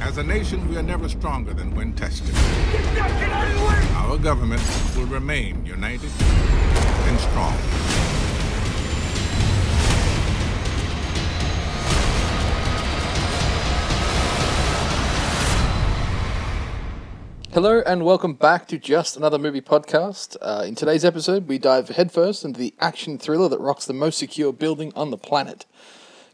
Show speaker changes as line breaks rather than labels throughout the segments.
As a nation, we are never stronger than when tested.
Get back, get out of the way!
Our government will remain united and strong.
Hello and welcome back to Just Another Movie Podcast. Uh, in today's episode, we dive headfirst into the action thriller that rocks the most secure building on the planet.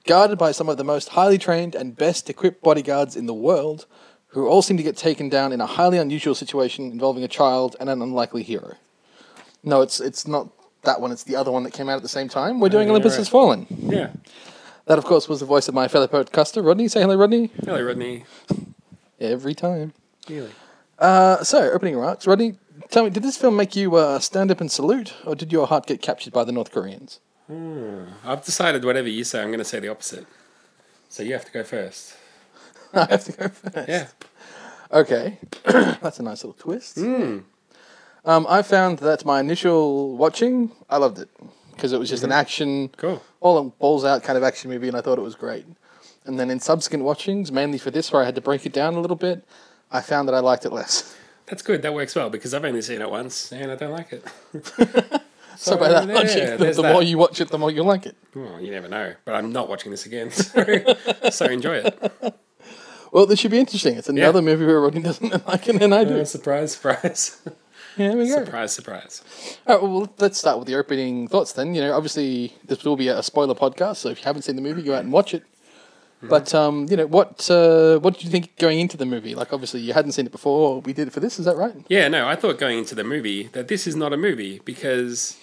Guarded by some of the most highly trained and best equipped bodyguards in the world, who all seem to get taken down in a highly unusual situation involving a child and an unlikely hero. No, it's it's not that one, it's the other one that came out at the same time. We're doing
you're
Olympus
right.
Has Fallen.
Yeah.
That, of course, was the voice of my fellow podcaster, Rodney. Say hello, Rodney.
Hello, Rodney.
Every time.
Neely.
Uh, so, opening remarks. Rodney, tell me, did this film make you uh, stand up and salute, or did your heart get captured by the North Koreans?
I've decided whatever you say, I'm going to say the opposite. So you have to go first.
I have to go first.
Yeah.
Okay. That's a nice little twist.
Hmm.
Um, I found that my initial watching, I loved it because it was just an
Mm-hmm.
action,
Cool.
all in balls out kind of action movie, and I thought it was great. And then in subsequent watchings, mainly for this, where I had to break it down a little bit, I found that I liked it less.
That's good. That works well because I've only seen it once and I don't like it.
So, by that
there,
logic, the,
there's
the more
that.
you watch it, the more you like it.
Well, you never know. But I'm not watching this again. So, so enjoy it.
Well, this should be interesting. It's another movie where Rodney doesn't like it, and I do.
Uh, surprise, surprise.
Yeah, there we go.
surprise, surprise.
All right, well, let's start with the opening thoughts then. You know, obviously, this will be a spoiler podcast, so if you haven't seen the movie, go out and watch it. But, um, you know, what uh, what did you think going into the movie? Like, obviously, you hadn't seen it before. We did it for this, is that right?
Yeah, no, I thought going into the movie that this is not a movie because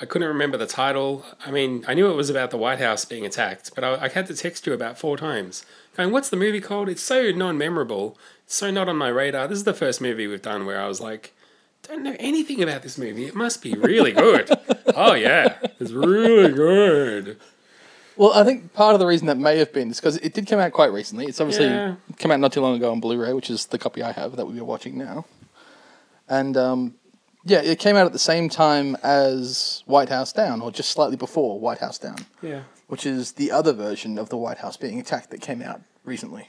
I couldn't remember the title. I mean, I knew it was about the White House being attacked, but I, I had to text you about four times going, What's the movie called? It's so non memorable. It's so not on my radar. This is the first movie we've done where I was like, Don't know anything about this movie. It must be really good. oh, yeah, it's really good.
Well, I think part of the reason that may have been is because it did come out quite recently. It's obviously
Yeah.
come out not too long ago on Blu ray, which is the copy I have that we're watching now. And, um, yeah, it came out at the same time as White House Down, or just slightly before White House Down.
Yeah.
which is the other version of the White House being attacked that came out recently.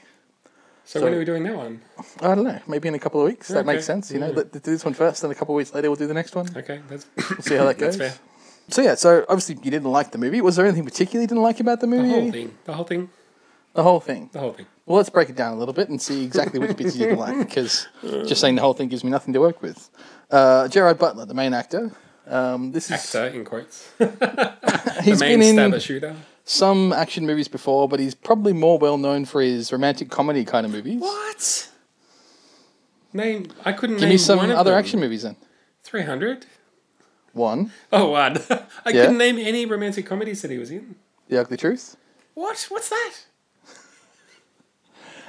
So, when are we doing that one?
I don't know, maybe in a couple of weeks. That
Okay.
makes sense. You know, let, do this one first, then a couple of weeks later we'll do the next one.
Okay, that's
We'll see how that goes.
That's fair.
So yeah, so obviously you didn't like the movie. Was there anything particularly you didn't like about the
the
movie?
whole thing. The whole thing.
The whole thing.
The whole thing.
Well, let's break it down a little bit and see exactly which bits you didn't like, because just saying the whole thing gives me nothing to work with. Uh, Gerard Butler, the main actor. Um, this is
Actor, in quotes.
he's
the main
been in
stabber shooter.
some action movies before, but he's probably more well known for his romantic comedy kind of movies.
What? Name. I couldn't
Give
name
me some
one of
other
them.
action movies then.
300?
One,
Oh, one. I
Yeah.
couldn't name any romantic comedies that he was in.
The Ugly Truth.
What? What's that?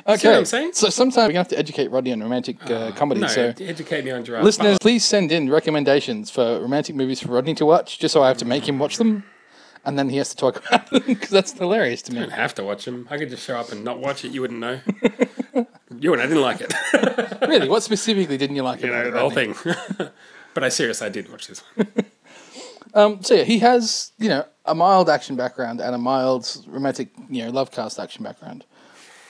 Okay.
what I'm saying?
So sometimes we're going to have to educate Rodney on romantic uh, comedy.
Ah, No,
so
educate me on Gerard
listeners,
Butler.
please send in recommendations for romantic movies for Rodney to watch, just so I have to make him watch them. And then he has to talk about them because that's hilarious to me.
I don't have to watch him. I could just show up and not watch it. You wouldn't know. you and I didn't like it.
really, what specifically didn't you like
you
about
know,
it?
the whole
Rodney?
thing. but I seriously, I did watch this one.
Um, so yeah, he has you know a mild action background and a mild romantic you know love cast action background.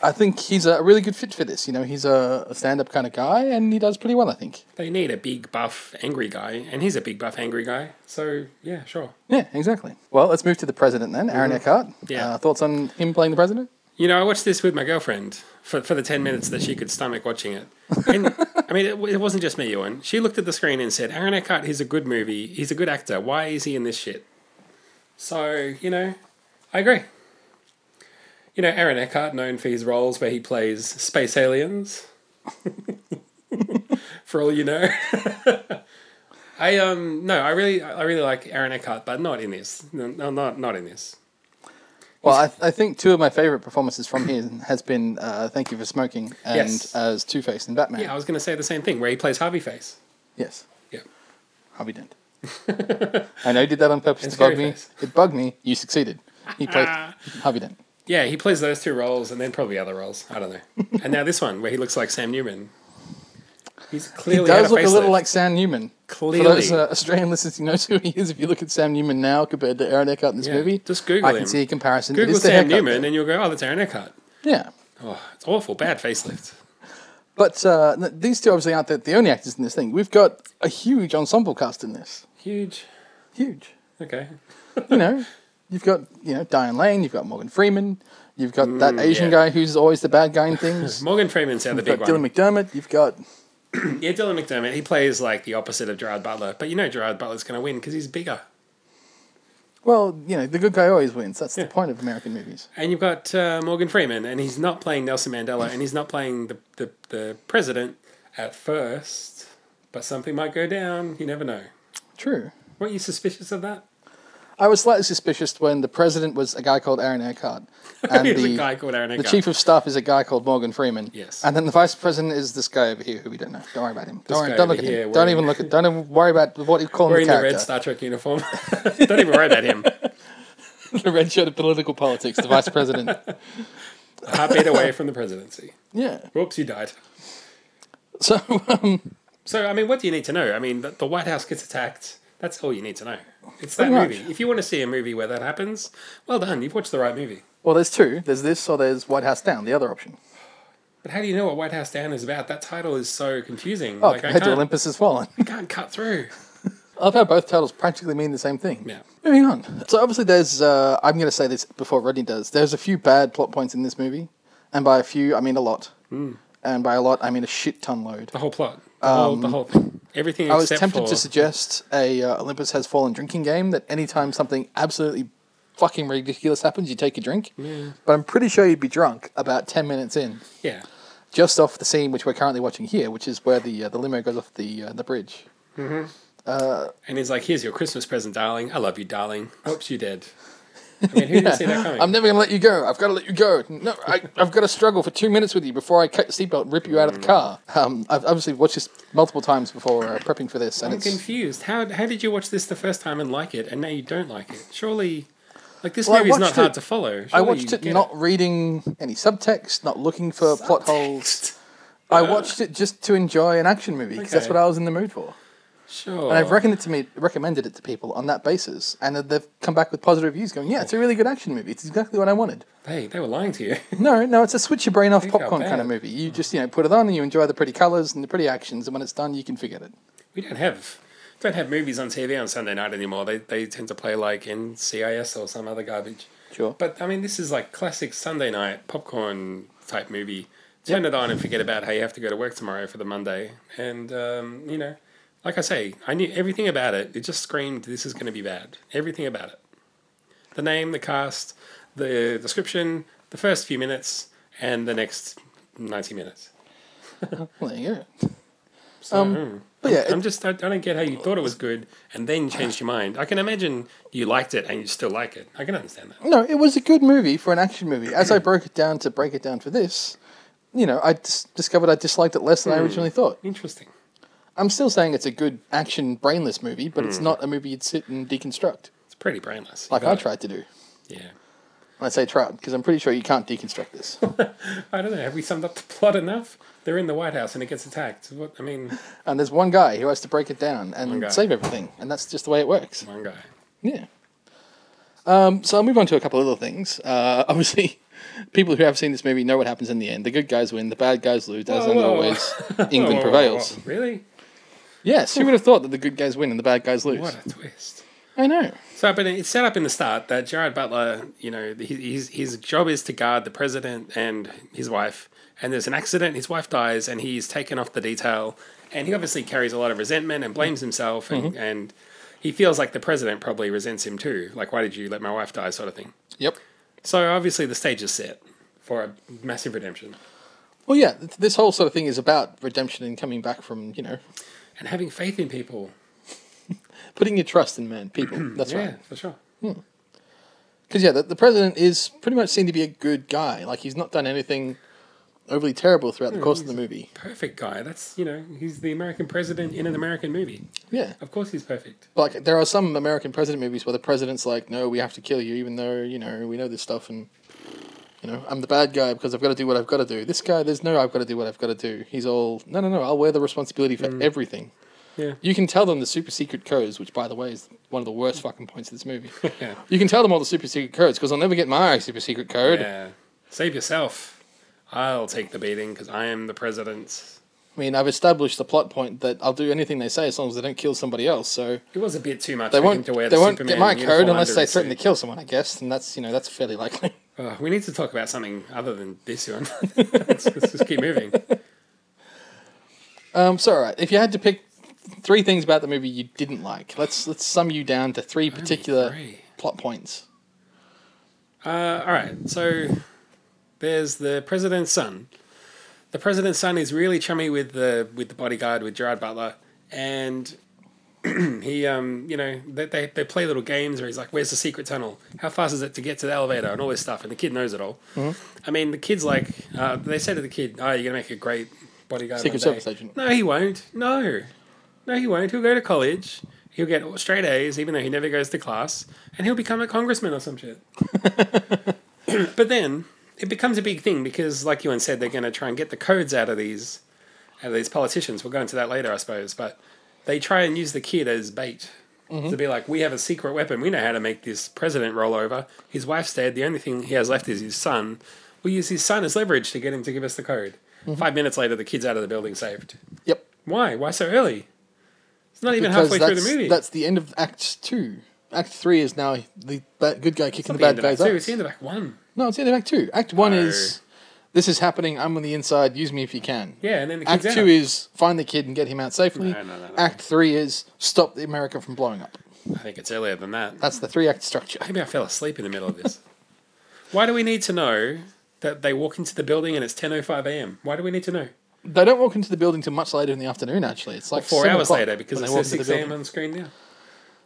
I think he's a really good fit for this. You know, he's a, a stand up kind of guy, and he does pretty well. I think.
They need a big, buff, angry guy, and he's a big, buff, angry guy. So, yeah, sure.
Yeah, exactly. Well, let's move to the president then, Aaron Eckhart.
Yeah.
Uh, thoughts on him playing the president?
You know, I watched this with my girlfriend for, for the 10 minutes that she could stomach watching it. And I mean, it, w- it wasn't just me, Ewan. She looked at the screen and said, Aaron Eckhart, he's a good movie. He's a good actor. Why is he in this shit? So, you know, I agree. You know, Aaron Eckhart, known for his roles where he plays space aliens. for all you know. I um no, I really I really like Aaron Eckhart, but not in this. No, no not not in this.
Well, I, I think two of my favorite performances from him has been uh, "Thank You for Smoking" and
Yes.
as Two Face in Batman.
Yeah, I was going to say the same thing where he plays Harvey Face.
Yes,
Yeah.
Harvey Dent. I know you did that on purpose
And
to bug me.
Scaryface.
It bugged me. You succeeded. He played Harvey Dent.
Yeah, he plays those two roles and then probably other roles. I don't know. and now this one where he looks like Sam Newman. He's
He
clearly
does
had
look a little
facelift.
like Sam Newman.
Clearly.
For those uh, Australian listeners, you know who he is. If you look at Sam Newman now compared to Aaron Eckhart in this
Yeah,
movie,
just Google
I can
him.
see a comparison. It
Google
is the haircut,
Sam Newman and you'll go, oh, that's Aaron Eckhart.
though. Yeah.
Oh, it's awful. Bad facelift.
But uh, n- these two obviously aren't the, the only actors in this thing. We've got a huge ensemble cast in this.
Huge.
Huge.
Okay.
You know, you've got you know Diane Lane, you've got Morgan Freeman, you've got that Asian guy who's always the bad guy in things.
Morgan Freeman's Mm, the other
you've
big
got
one.
Dylan McDermott. You've got
yeah, Dylan McDermott. He plays like the opposite of Gerard Butler, but you know Gerard Butler's going to win because he's bigger.
well, you know, the good guy always wins. That's
Yeah.
the point of American movies.
And you've got uh, Morgan Freeman, and he's not playing Nelson Mandela, and he's not playing the, the, the president at first, but something might go down. You never know.
True.
Weren't you suspicious of that?
I was slightly suspicious when the president was a guy called Aaron Eckhart, and
Here's
the,
a guy called Aaron
the
Eckhart.
chief of staff is a guy called Morgan Freeman.
Yes.
And then the vice president is this guy over here who we don't know. Don't worry about him. Don't, worry,
guy
don't look
over
at
here
him. Don't
wearing-
even look at. Don't even worry about what you call him.
Wearing
The
the red
character.
Star Trek uniform. Don't even worry about him.
The red shirt of political politics. The vice president.
A Heartbeat away from the presidency.
Yeah.
Whoops, you died.
So um,
So, I mean, what do you need to know? I mean, the, the White House gets attacked. That's all you need to know. It's that
Pretty
movie. If you want to see a movie where that happens, well done. You've watched the right movie.
well, there's two. There's this, or there's White House Down. The other option.
But how do you know what White House Down is about? That title is so confusing.
Oh,
like, I
compared to
can't,
Olympus Has Fallen.
I can't cut through.
I love how both titles practically mean the same thing.
Yeah.
Moving on. So obviously, there's. Uh, I'm going to say this before Rodney does. There's a few bad plot points in this movie, and by a few, I mean a lot.
Hmm.
And by a lot, I mean a shit ton load.
The whole plot. The, whole, the whole thing. Everything
Um, I was
except
tempted
for...
to suggest a uh, Olympus Has Fallen drinking game that anytime something absolutely fucking ridiculous happens, you take a drink. But I'm pretty sure you'd be drunk about ten minutes in,
yeah.
just off the scene which we're currently watching here, which is where the uh, the limo goes off the uh, the bridge.
And he's like, here's your Christmas present, darling. I love you, darling. Hopes you dead. I mean, who didn't see that coming?
I'm never going to let you go. I've got to let you go. No, I, I've got to struggle for two minutes with you before I cut your seatbelt and rip you out of the car. Um, I've obviously watched this multiple times before uh, prepping for this, and
I'm
it's
confused. How how did you watch this the first time and like it, and now you don't like it? Surely, like this
Well, I
movie's not
watched
hard
it-
to follow.
I
Surely
watched
you
it
get
not reading any subtext, not looking for plot holes. I watched it just to enjoy an action movie because that's
Okay.
what I was in the mood for.
Sure.
And I've recommended it to me recommended it to people on that basis, and they've come back with positive reviews, going, "Yeah, it's a really good action movie. It's exactly what I wanted."
hey, they were lying to you.
No, no, it's a switch your brain off
how
popcorn kind of
bad.
movie. You just you know put it on and you enjoy the pretty colors and the pretty actions, and when it's done, you can forget it.
we don't have don't have movies on TV on Sunday night anymore. They they tend to play like NCIS or some other garbage.
Sure.
But I mean, this is like classic Sunday night popcorn type movie. Turn it on and forget about how you have to go to work tomorrow for the Monday. And um, you know, like I say, I knew everything about it. It just screamed, "This is going to be bad." Everything about it: the name, the cast, the description, the first few minutes, and the next ninety minutes.
Well, there you go.
So,
Um,
hmm.
But yeah,
I'm
it,
just I, I don't get how you thought it was good and then changed your mind. I can imagine you liked it and you still like it. I can understand that.
no, it was a good movie for an action movie. As I broke it down to break it down for this, you know, I dis- discovered I disliked it less than
Hmm.
I originally thought.
Interesting.
I'm still saying it's a good action brainless movie, but it's not a movie you'd sit and deconstruct
It's pretty brainless. Hmm. You
like
got
I
it.
tried to do.
Yeah.
And I say tried because I'm pretty sure you can't deconstruct this.
I don't know. Have we summed up the plot enough? They're in the White House and it gets attacked. What I mean,
and there's one guy who has to break it down
One guy.
and save everything, and that's just the way it works.
one guy.
Yeah. Um, so I'll move on to a couple of little things. Uh, obviously, people who have seen this movie know what happens in the end. The good guys win, the bad guys lose, as
Whoa,
and
whoa,
always,
Whoa, whoa,
England
whoa,
prevails.
whoa. Really?
Yes, who would have thought that the good guys win and the bad guys lose?
What a twist.
I know.
So, but it's set up in the start that Gerard Butler, you know, his, his, his job is to guard the president and his wife. And there's an accident, his wife dies, and he's taken off the detail. And he obviously carries a lot of resentment and blames himself. And,
Mm-hmm.
and he feels like the president probably resents him too. Like, why did you let my wife die, sort of thing.
Yep.
So, obviously, the stage is set for a massive redemption
Well, yeah, th- this whole sort of thing is about redemption and coming back from, you know,
and having faith in people.
putting your trust in men, people. That's
Yeah,
right.
for sure.
Because, yeah, the, the president is pretty much seen to be a good guy. Like, he's not done anything overly terrible throughout the course of the movie.
Perfect guy. That's, you know, he's the American president in an American movie.
Yeah.
Of course, he's perfect.
But, like there are some American president movies where the president's like, "No, we have to kill you, even though you know we know this stuff, and you know I'm the bad guy because I've got to do what I've got to do." This guy, there's no I've got to do what I've got to do. He's all, "No, no, no, I'll wear the responsibility for everything."
Mm. Yeah.
You can tell them the super secret codes, which by the way is one of the worst fucking points of this movie.
Yeah.
you can tell them all the super secret codes because I'll never get my super secret code.
Yeah. Save yourself. I'll take the beating because I am the president.
I mean, I've established the plot point that I'll do anything they say as long as they don't kill somebody else. So
It was a bit too much
they
for him
won't.
to wear
they
the
won't
Superman
get my
uniform
code unless
under
they
his
threaten to
suit.
kill someone. I guess, and that's you know that's fairly likely.
Uh, we need to talk about something other than this one. let's, let's just keep moving.
Um, so all right, if you had to pick three things about the movie you didn't like, let's let's sum you down to three particular
three.
plot points.
Uh, all right, so there's the president's son. The president's son is really chummy with the with the bodyguard with Gerard Butler, and he, um, you know, they, they they play little games where he's like, "Where's the secret tunnel? How fast is it to get to the elevator?" and all this stuff, and the kid knows it all.
Mm-hmm.
I mean, the kid's like, uh, they say to the kid, "Oh, you're gonna make a great bodyguard."
Secret
one day."
Service agent.
No, he won't. No, no, he won't. He'll go to college. He'll get straight A's, even though he never goes to class, and he'll become a congressman or some shit. But then it becomes a big thing because, like Ewan said, they're going to try and get the codes out of these out of these politicians. We'll go into that later, I suppose. But they try and use the kid as bait
Mm-hmm.
to be like, "We have a secret weapon. We know how to make this president roll over. His wife's dead. The only thing he has left is his son. We use his son as leverage to get him to give us the code."
Mm-hmm.
Five minutes later, the kid's out of the building saved.
Yep.
Why? Why so early? It's not even halfway through
that's,
the movie.
that's the end of Act Two. Act Three is now the bad, good guy kicking
Not
the bad
end of Act
guy's
two, It's
ass.
the end of Act one.
No, it's the end of Act Two. Act One
No.
is this is happening. I'm on the inside. Use me if you can.
Yeah, and then the
Act
kid's
Two
out.
is find the kid and get him out safely.
No, no, no, no.
Act Three is stop the America from blowing up.
I think it's earlier than that.
That's the three act structure.
Maybe I fell asleep in the middle of this. Why do we need to know that they walk into the building and it's 10.05 a.m.? Why do we need to know?
They don't walk into the building till much later in the afternoon. Actually, it's like
Four
seven
hours
o'clock
later because
when
it
they walk
says
into the
6 a.m.
building.
on the screen now.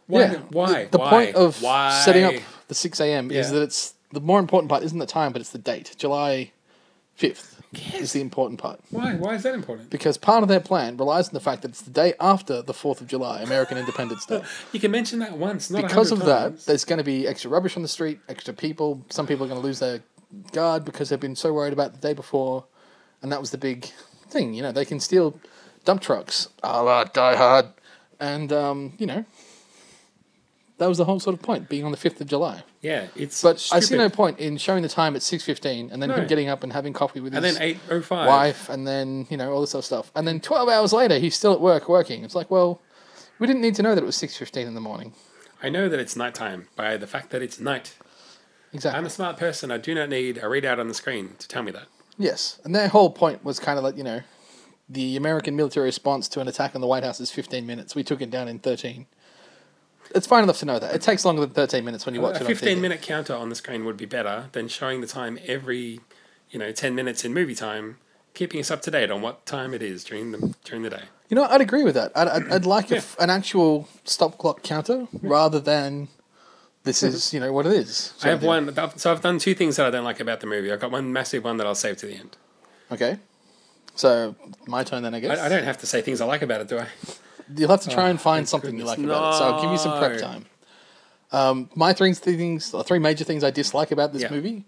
Why?
yeah.
Why?
The, the
Why?
point of
Why?
setting up the six a.m. is
Yeah.
that it's the more important part isn't the time, but it's the date, July fifth. Is the important part
Why? Why is that important?
because part of their plan relies on the fact that it's the day after the Fourth of July, American Independence Day.
You can mention that once, not
Because of that,
that.
there's going to be extra rubbish on the street, extra people. Some people are going to lose their guard because they've been so worried about the day before, and that was the big thing. You know, they can steal dump trucks, a la Die Hard, and um, you know, that was the whole sort of point, being on the fifth of July.
Yeah, it's
But I see
stupid.
no point in showing the time at six fifteen and then
No.
him getting up and having coffee with
And
his
then 8.05.
wife, and then you know all this other stuff, and then twelve hours later he's still at work working. It's like, well, we didn't need to know that it was six fifteen in the morning.
I know that it's nighttime by the fact that it's night.
Exactly.
I'm a smart person. I do not need a readout on the screen to tell me that.
Yes, and their whole point was kind of like you know, the American military response to an attack on the White House is 15 minutes. We took it down in 13. It's fine enough to know that it takes longer than 13 minutes when you watch
a
it.
15
on TV.
Uh, minute counter on the screen would be better than showing the time every you know 10 minutes in movie time keeping us up to date on what time it is during the during the day
You know, I'd agree with that. I'd, I'd, I'd like a f an actual stop clock counter rather than this is you know what it is.
i have one so i've done two things that i don't like about the movie i've got one massive one that i'll save to the end
Okay, so my turn then. I guess
I, I don't have to say things i like about it do i
You'll have to try and find something you like about it. So I'll give you some prep
Oh, No.
time. Um, my three things, or three major things I dislike about this
Yeah.
movie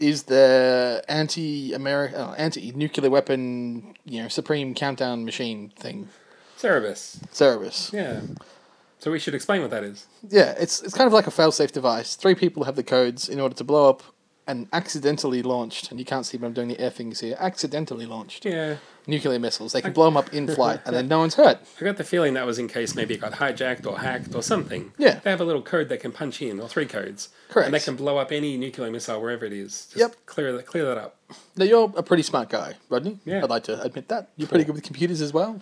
is the anti-American, uh, anti-nuclear weapon, you know, supreme countdown machine thing,
cerebus
Cerebus. Yeah.
yeah so we should explain what that is
it's it's kind of like a fail-safe device. Three people have the codes in order to blow up an accidentally launched, and you can't see, but I'm doing the air things here. Accidentally launched
yeah
nuclear missiles. They can blow them up in flight, and then no one's hurt.
i got the feeling that was in case maybe it got hijacked or hacked or something
Yeah.
they have a little code they can punch in or three codes
Correct.
and they can blow up any nuclear missile wherever it is Just
Yep.
clear that clear that up
Now you're a pretty smart guy, Rodney.
Yeah.
I'd like to admit that. You're pretty good with computers as well.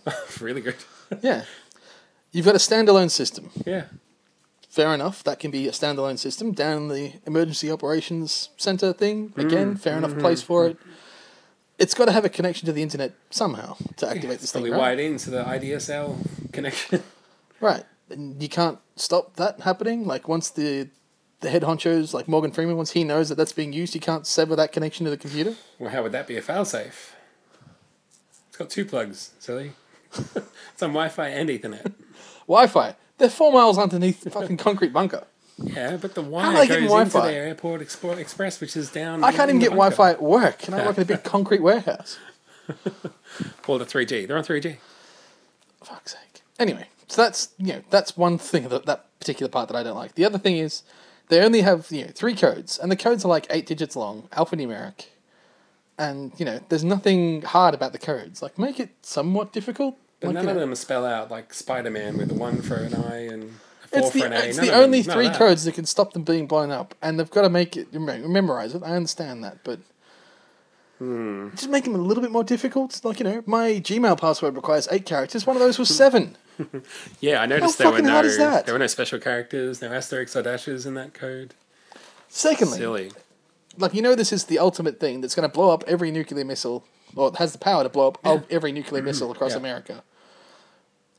really good
yeah. You've got a standalone system.
Yeah.
Fair enough. That can be a standalone system down in the emergency operations center thing.
Mm.
Again, fair
Mm-hmm.
enough place for it. It's got to have a connection to the internet somehow to activate this
It's
thing.
probably
Right?
wired into the IDSL connection.
right. And you can't stop that happening. Like once the the head honchos, like Morgan Freeman, once he knows that that's being used, you can't sever that connection to the computer.
well, how would that be a failsafe? It's got two plugs, silly. it's on Wi Fi and Ethernet.
Wi-Fi. They're four miles underneath the fucking concrete bunker.
Yeah, but the
do I
wire
get
goes into
Wi-Fi?
their airport Explo- express, which is down.
I can't
in
even
the
get Wi
bunker.
Fi at work, and I work in a big concrete warehouse.
Well, the 3G. They're on 3G.
Fuck's sake. Anyway, so that's you know that's one thing that that particular part that I don't like. The other thing is they only have you know three codes, and the codes are like eight digits long, alphanumeric, and you know, there's nothing hard about the codes. Like, make it somewhat difficult.
But
Like,
none
you
of
know,
them spell out like Spider Man with the one for an eye and a four
It's
for an
the,
A.
it's
None
the
of them-
only
none of
three
that.
codes that can stop them being blown up, and they've got to make it mem- memorize it. I understand that, but
Hmm.
just make them a little bit more difficult. Like you know, my Gmail password requires eight characters. One of those was seven.
Yeah, I
How
noticed there were
fucking
no
hard is that?
there were no special characters, no asterisks or dashes in that code.
Secondly,
Silly.
like you know this is the ultimate thing that's going to blow up every nuclear missile or has the power to blow up all- every nuclear missile across
Yeah.
america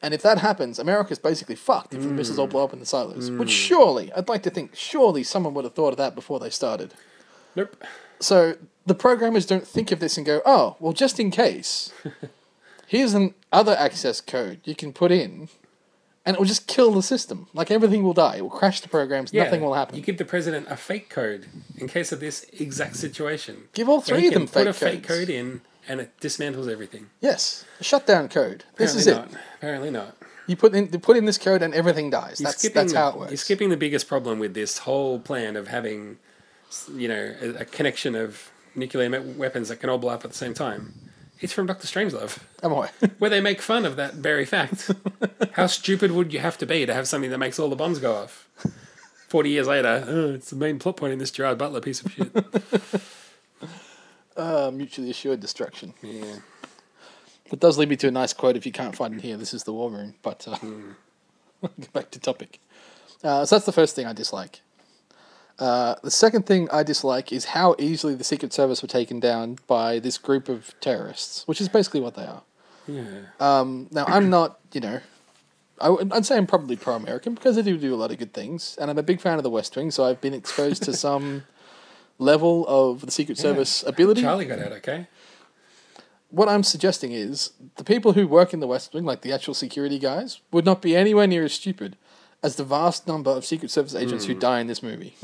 and if that happens america's basically fucked if the missiles
Hmm.
all blow up in the silos which surely i'd like to think surely someone would have thought of that before they started
Nope.
so the programmers don't think of this and go oh well just in case here's an other access code you can put in and it will just kill the system like everything will die it will crash the programs
Yeah,
nothing will happen
You give the president a fake code in case of this exact situation.
Give all
So
three
he
of
can
them
put
fake
a fake
codes.
code in and it dismantles everything.
yes shutdown code this
Apparently
is it
not. Apparently not.
You put in you put in this code and everything dies.
You're
That's
skipping
that's
the,
how it works.
You're skipping the biggest problem with this whole plan of having, s- you know, a, a connection of nuclear me- weapons that can all blow up at the same time. It's from Doctor Strangelove,
Am I?
where they make fun of that very fact. How stupid would you have to be to have something that makes all the bombs go off? Forty years later, oh, it's the main plot point in this Gerard Butler piece of shit.
Uh, mutually assured destruction.
yeah.
It does lead me to a nice quote. If you can't find it here, this is the war room. But uh,
Hmm.
get back to topic. Uh, so that's the first thing I dislike. Uh, the second thing I dislike is how easily the Secret Service were taken down by this group of terrorists, which is basically what they are.
Yeah.
Um, now, I'm not, you know, I, would- I'd say I'm probably pro American because I do do a lot of good things. And I'm a big fan of the West Wing, so I've been exposed to some level of the Secret Service ability.
Charlie got out okay.
What I'm suggesting is the people who work in the West Wing, like the actual security guys, would not be anywhere near as stupid as the vast number of Secret Service agents
Hmm.
who die in this movie.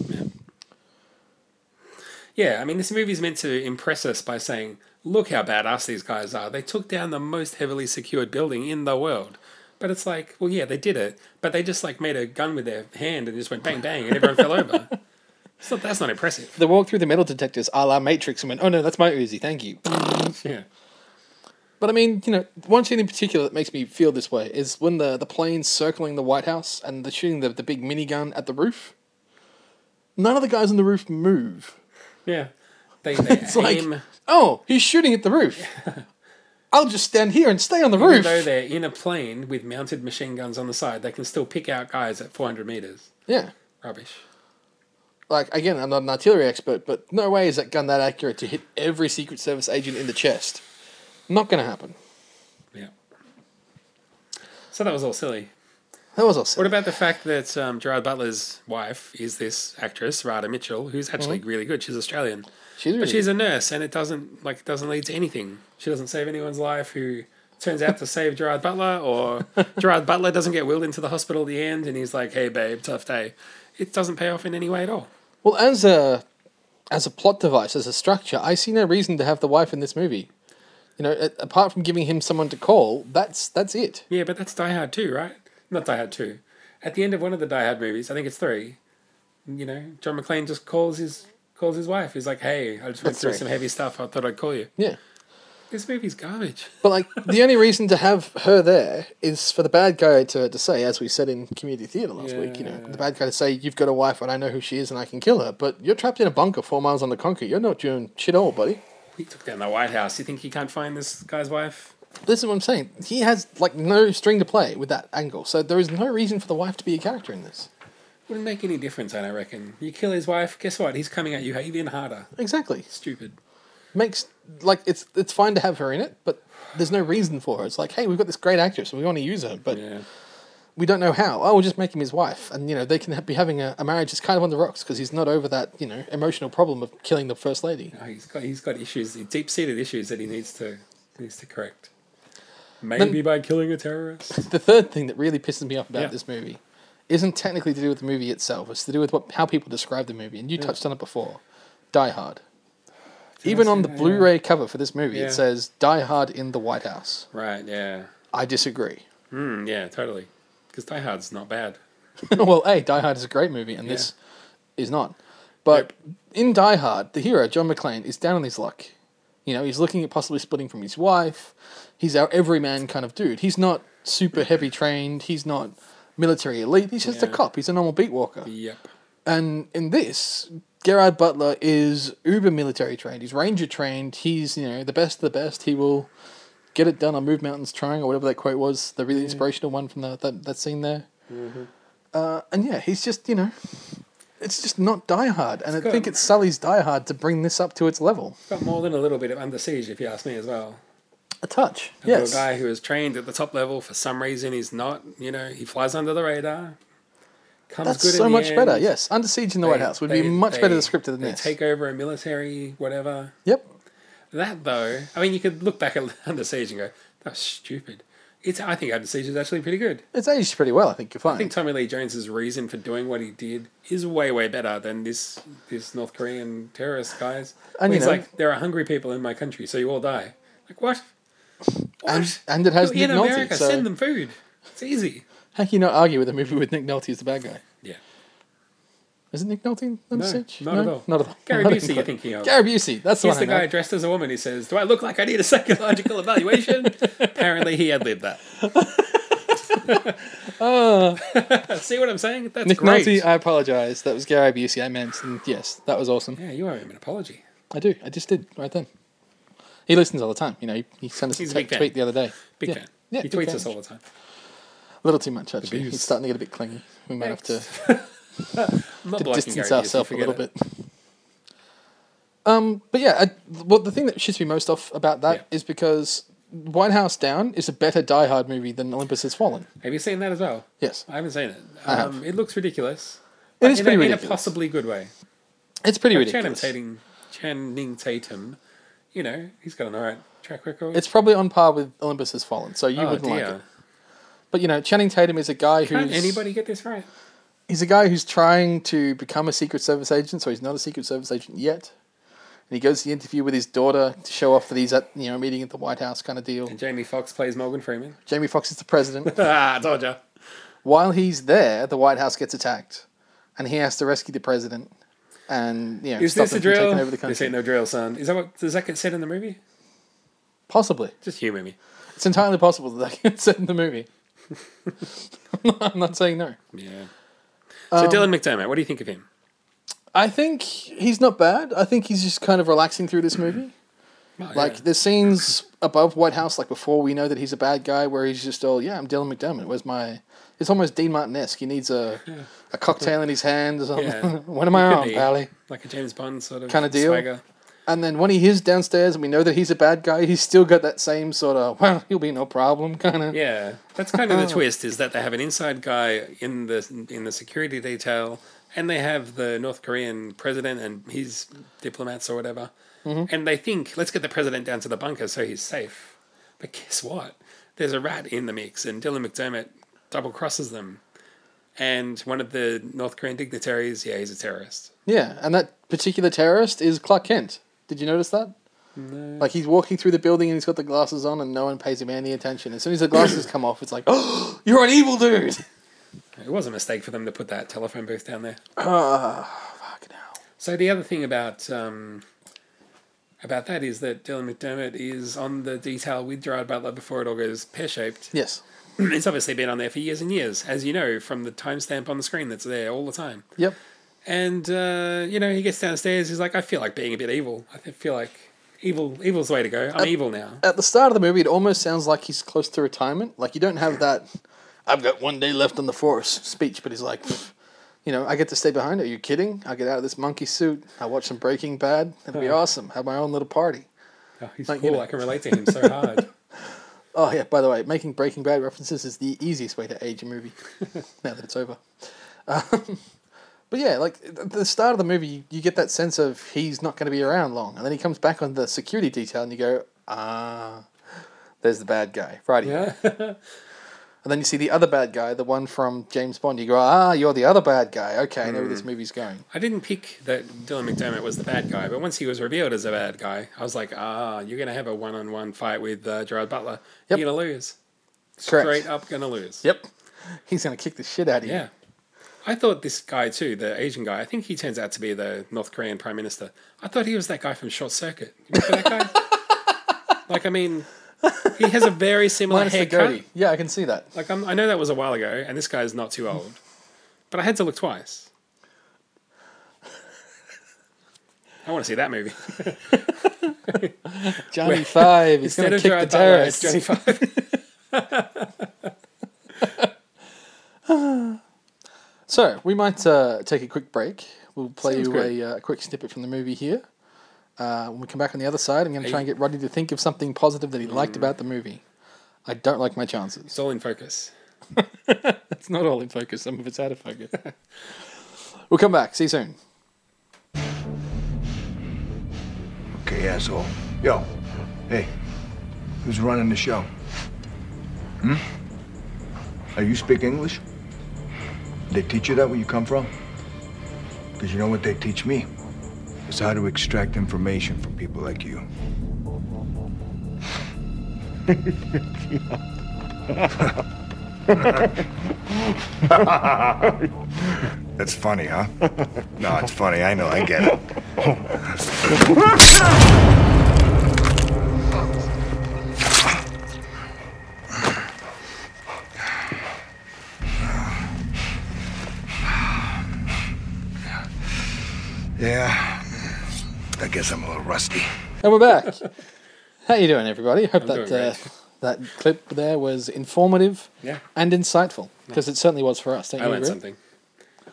Yeah, I mean, this movie's meant to impress us by saying, look how badass these guys are. They took down the most heavily secured building in the world. But it's like, well, yeah, they did it, but they just like made a gun with their hand and just went bang, bang, and everyone fell over. It's not, that's not impressive.
They walk through the metal detectors a la Matrix and went, oh no, that's my Uzi, thank you.
Yeah.
But I mean, you know, one scene in particular that makes me feel this way is when the, the plane's circling the White House and they're shooting the, the big minigun at the roof. None of the guys on the roof move.
Yeah. They, they
It's like,
aim,
oh, he's shooting at the roof. I'll just stand here and stay on the
even
roof.
though they're in a plane with mounted machine guns on the side, they can still pick out guys at 400 meters.
Yeah.
Rubbish.
Like, again, I'm not an artillery expert, but no way is that gun that accurate to hit every Secret Service agent in the chest. Not going to happen.
Yeah. So that was all silly.
That was all silly.
What about the fact that um, Gerard Butler's wife is this actress, Rada Mitchell, who's actually really good. She's Australian,
She's
but
really-
she's a nurse, and it doesn't like it doesn't lead to anything. She doesn't save anyone's life. Who turns out to save Gerard Butler, or Gerard Butler doesn't get wheeled into the hospital at the end, and he's like, "Hey, babe, tough day." It doesn't pay off in any way at all.
Well, as a as a plot device, as a structure, I see no reason to have the wife in this movie. You know, a- apart from giving him someone to call, that's that's it.
Yeah, but that's Die Hard 2, right? Not Die Hard 2. At the end of one of the Die Hard movies, I think it's three. You know, John McClane just calls his calls his wife. He's like, "Hey, I just went
That's
through
right.
some heavy stuff. I thought I'd call you."
Yeah.
This movie's garbage.
But like the only reason to have her there is for the bad guy to, to say, as we said in community theater last week, you know, the bad guy to say, You've got a wife and I know who she is and I can kill her, but you're trapped in a bunker four miles on the concrete. You're not doing shit all, buddy.
He took down the White House. You think he can't find this guy's wife?
This is what I'm saying. He has like no string to play with that angle. So there is no reason for the wife to be a character in this.
Wouldn't make any difference, I don't reckon. You kill his wife, guess what? He's coming at you even harder.
Exactly.
Stupid.
makes like it's it's fine to have her in it, but there's no reason for her. It's like, hey, we've got this great actress and we want to use her, but
Yeah.
we don't know how. Oh, we'll just make him his wife, and you know they can ha- be having a, a marriage that's kind of on the rocks because he's not over that you know emotional problem of killing the first lady.
Oh, he's got he's got issues, deep seated issues that he needs to needs to correct. Maybe by killing a terrorist.
The third thing that really pisses me off about
Yeah.
this movie isn't technically to do with the movie itself; it's to do with what how people describe the movie, and you touched on it before. Die Hard. Even
see
on the
that? Yeah.
Blu-ray cover for this movie,
Yeah.
it says "Die Hard in the White House."
Right? Yeah.
I disagree.
Mm, yeah. Totally. Because Die Hard's not bad.
well, A, Die Hard is a great movie, and this is not. But in Die Hard, the hero, John McClane, is down on his luck. You know, he's looking at possibly splitting from his wife. He's our everyman kind of dude. He's not super heavy trained. He's not military elite. He's just a
Yeah.
cop. He's a normal beat walker.
Yep.
And in this, Gerard Butler is uber military trained. He's ranger trained. He's you know the best of the best. He will get it done. I move mountains trying or whatever that quote was. The really
Mm.
inspirational one from the, that that scene there.
Mm-hmm.
Uh, and yeah, he's just you know, it's just not Die Hard, and I
got-
think it's Sully's Die Hard to bring this up to its level.
Got more than a little bit of under siege, if you ask me as well.
A touch,
A little
yes.
guy who is trained at the top level for some reason he's not. You know, he flies under the radar. Comes
That's
good in
so
the
much
end.
better. Yes, Under Siege in the
They-
White House would
they-
be much better
they-
descriptive than
they
this.
Take over a military, whatever.
yep.
That though, I mean, you could look back at Under Siege and go, "That's stupid." It's. I think Under Siege is actually pretty good.
It's aged pretty well, I think you're fine.
I think Tommy Lee Jones's reason for doing what he did is way way better than this this North Korean terrorist guys.
And, you
he's
know-
like, "There are hungry people in my country, so you all die." Like what? What?
And- and it has
You're in
Nick Nolte,
America.
so-
Send them food. It's easy.
How can you not argue with a movie with Nick Nolte as the bad guy?
Yeah.
Is it Nick Nolte? in Under
No,
Siege?
not at all.
Not at all.
Gary
Not at
Busey,
all.
you're thinking of.
Gary Busey. That's the
He's
one.
the
I
guy
know.
dressed as a woman. He says, "Do I look like I need a psychological evaluation?" Apparently, he had lived that. See what I'm saying?
Oh.
That's
Nick
great.
Nolte. uh, I apologize. That was Gary Busey. I meant. And yes, that was awesome.
yeah, you owe him an apology.
I do. I just did right then. He listens all the time. You know, he, he sent us a
He's a
te-
big fan.
tweet the other day.
Big
yeah.
fan.
Yeah,
he
big
tweets
fan.
us all the time.
A little too much actually.
bees.
He's starting to get a bit clingy. We might have to
I'm not
to
blocking
distance
Gary Busey,
ourselves a
forget
little
it.
bit. Um, but yeah, I, well, the thing that shits me most off about that is
Yeah.
because White House Down is a better Die Hard movie than Olympus Has Fallen.
Have you seen that as well?
Yes,
I haven't seen it.
I have.
Um, it looks ridiculous.
it
but
is
in,
pretty
a, in a
ridiculous.
possibly good way.
it's pretty
Channing
ridiculous.
Tatum, Channing Tatum, you know, he's got an alright track record.
It's probably on par with Olympus Has Fallen, so you
oh,
wouldn't
dear.
like it. But you know, Channing Tatum is a guy
Can't
who's
anybody get this right?
he's a guy who's trying to become a Secret Service agent, so he's not a Secret Service agent yet. And he goes to the interview with his daughter to show off that he's at you know meeting at the White House kind of deal.
And Jamie Foxx plays Morgan Freeman.
Jamie Foxx is the president.
ah, I told ya.
while he's there, the White House gets attacked, and he has to rescue the president. And you know,
Is
stop
this a
them from
drill?
taking over the
this
country.
ain't no drill, son. Is that what does that get said in the movie?
Possibly,
Just humour me.
it's entirely possible that that gets said in the movie. I'm not saying no.
Yeah.
Um,
So Dylan McDermott, what do you think of him?
I think he's not bad. I think he's just kind of relaxing through this movie.
Oh,
Like
yeah.
there's scenes above White House, like before we know that he's a bad guy, where he's just all, yeah, I'm Dylan McDermott. Where's my? It's almost Dean Martin-esque. He needs a a cocktail in his hand. Or something.
Yeah.
when am I
Could
on,
be.
pally?
Like a James Bond sort of
Kinda deal.
swagger.
And then when he is downstairs and we know that he's a bad guy, he's still got that same sort of, well, he'll be no problem kind of.
Yeah, that's kind of the twist is that they have an inside guy in the in the security detail, and they have the North Korean president and his diplomats or whatever, and they think let's get the president down to the bunker so he's safe. But guess what? There's a rat in the mix, and Dylan McDermott double crosses them, and one of the North Korean dignitaries, yeah, he's a terrorist.
Yeah. And that particular terrorist is Clark Kent. Did you notice that? No. Like he's walking through the building and he's got the glasses on and no one pays him any attention. As soon as the glasses come off, it's like, oh, you're an evil dude.
It was a mistake for them to put that telephone booth down there.
Ah, Fucking hell.
So the other thing about um, about that is that Dylan McDermott is on the detail with Gerard Butler before it all goes pear shaped.
Yes.
it's obviously been on there for years and years, as you know from the timestamp on the screen that's there all the time.
Yep.
And uh, you know he gets downstairs. He's like, I feel like being a bit evil. I feel like evil evil's the way to go.
Uh,
I'm evil now.
At the start of the movie, it almost sounds like he's close to retirement. Like you don't have that, I've got one day left on the force speech, but he's like, "Pff, you know, I get to stay behind. Are you kidding? I get out of this monkey suit. I watch some Breaking Bad. It'll be awesome. Have my own little party.
Oh, he's
like,
cool.
you know.
I can relate to him so hard.
Oh yeah. By the way, making Breaking Bad references is the easiest way to age a movie. now that it's over. Um, but yeah, like at the start of the movie, you, you get that sense of he's not going to be around long, and then he comes back on the security detail, and you go, ah, there's the bad guy, right? here.
yeah.
And then you see the other bad guy, the one from James Bond. You go, ah, you're the other bad guy. Okay, I know where this movie's going.
I didn't pick that Dylan McDermott was the bad guy, but once he was revealed as a bad guy, I was like, ah, you're going to have a one on one fight with uh, Gerard Butler.
Yep.
You're going to lose.
Correct.
Straight up going to lose.
Yep. He's going to kick the shit out of you.
Yeah. I thought this guy, too, the Asian guy, I think he turns out to be the North Korean prime minister. I thought he was that guy from Short Circuit. You remember that guy? Like, I mean, he has a very similar
Minus the
haircut.
goatee. Yeah, I can see that.
Like, I'm, I know that was a while ago, and this guy's not too old. But I had to look twice. I want to see that movie.
Johnny Five is going
Instead
to
of
kick the
Gerard Butler, it's
terrorists.
Johnny Five.
So we might uh, take a quick break. We'll play
Sounds
you
good.
a uh, quick snippet from the movie here. Uh, when we come back on the other side, I'm going to try and get Roddy to think of something positive that he liked about the movie. I don't like my chances.
It's all in focus.
It's not all in focus. Some of it's out of focus. we'll come back. See you soon.
Okay, asshole. Yo, hey, who's running the show? Hmm? Now, you speak English? They teach you that where you come from? Because you know what they teach me? Is how to extract information from people like you. That's funny, huh? No, it's funny. I know. I get it. Yeah. I guess I'm a little rusty.
And we're back. How you doing, everybody? Hope that
doing
uh, that clip there was informative
Yeah.
and insightful because it certainly was for us. Don't
I
you
learned
agree?
something.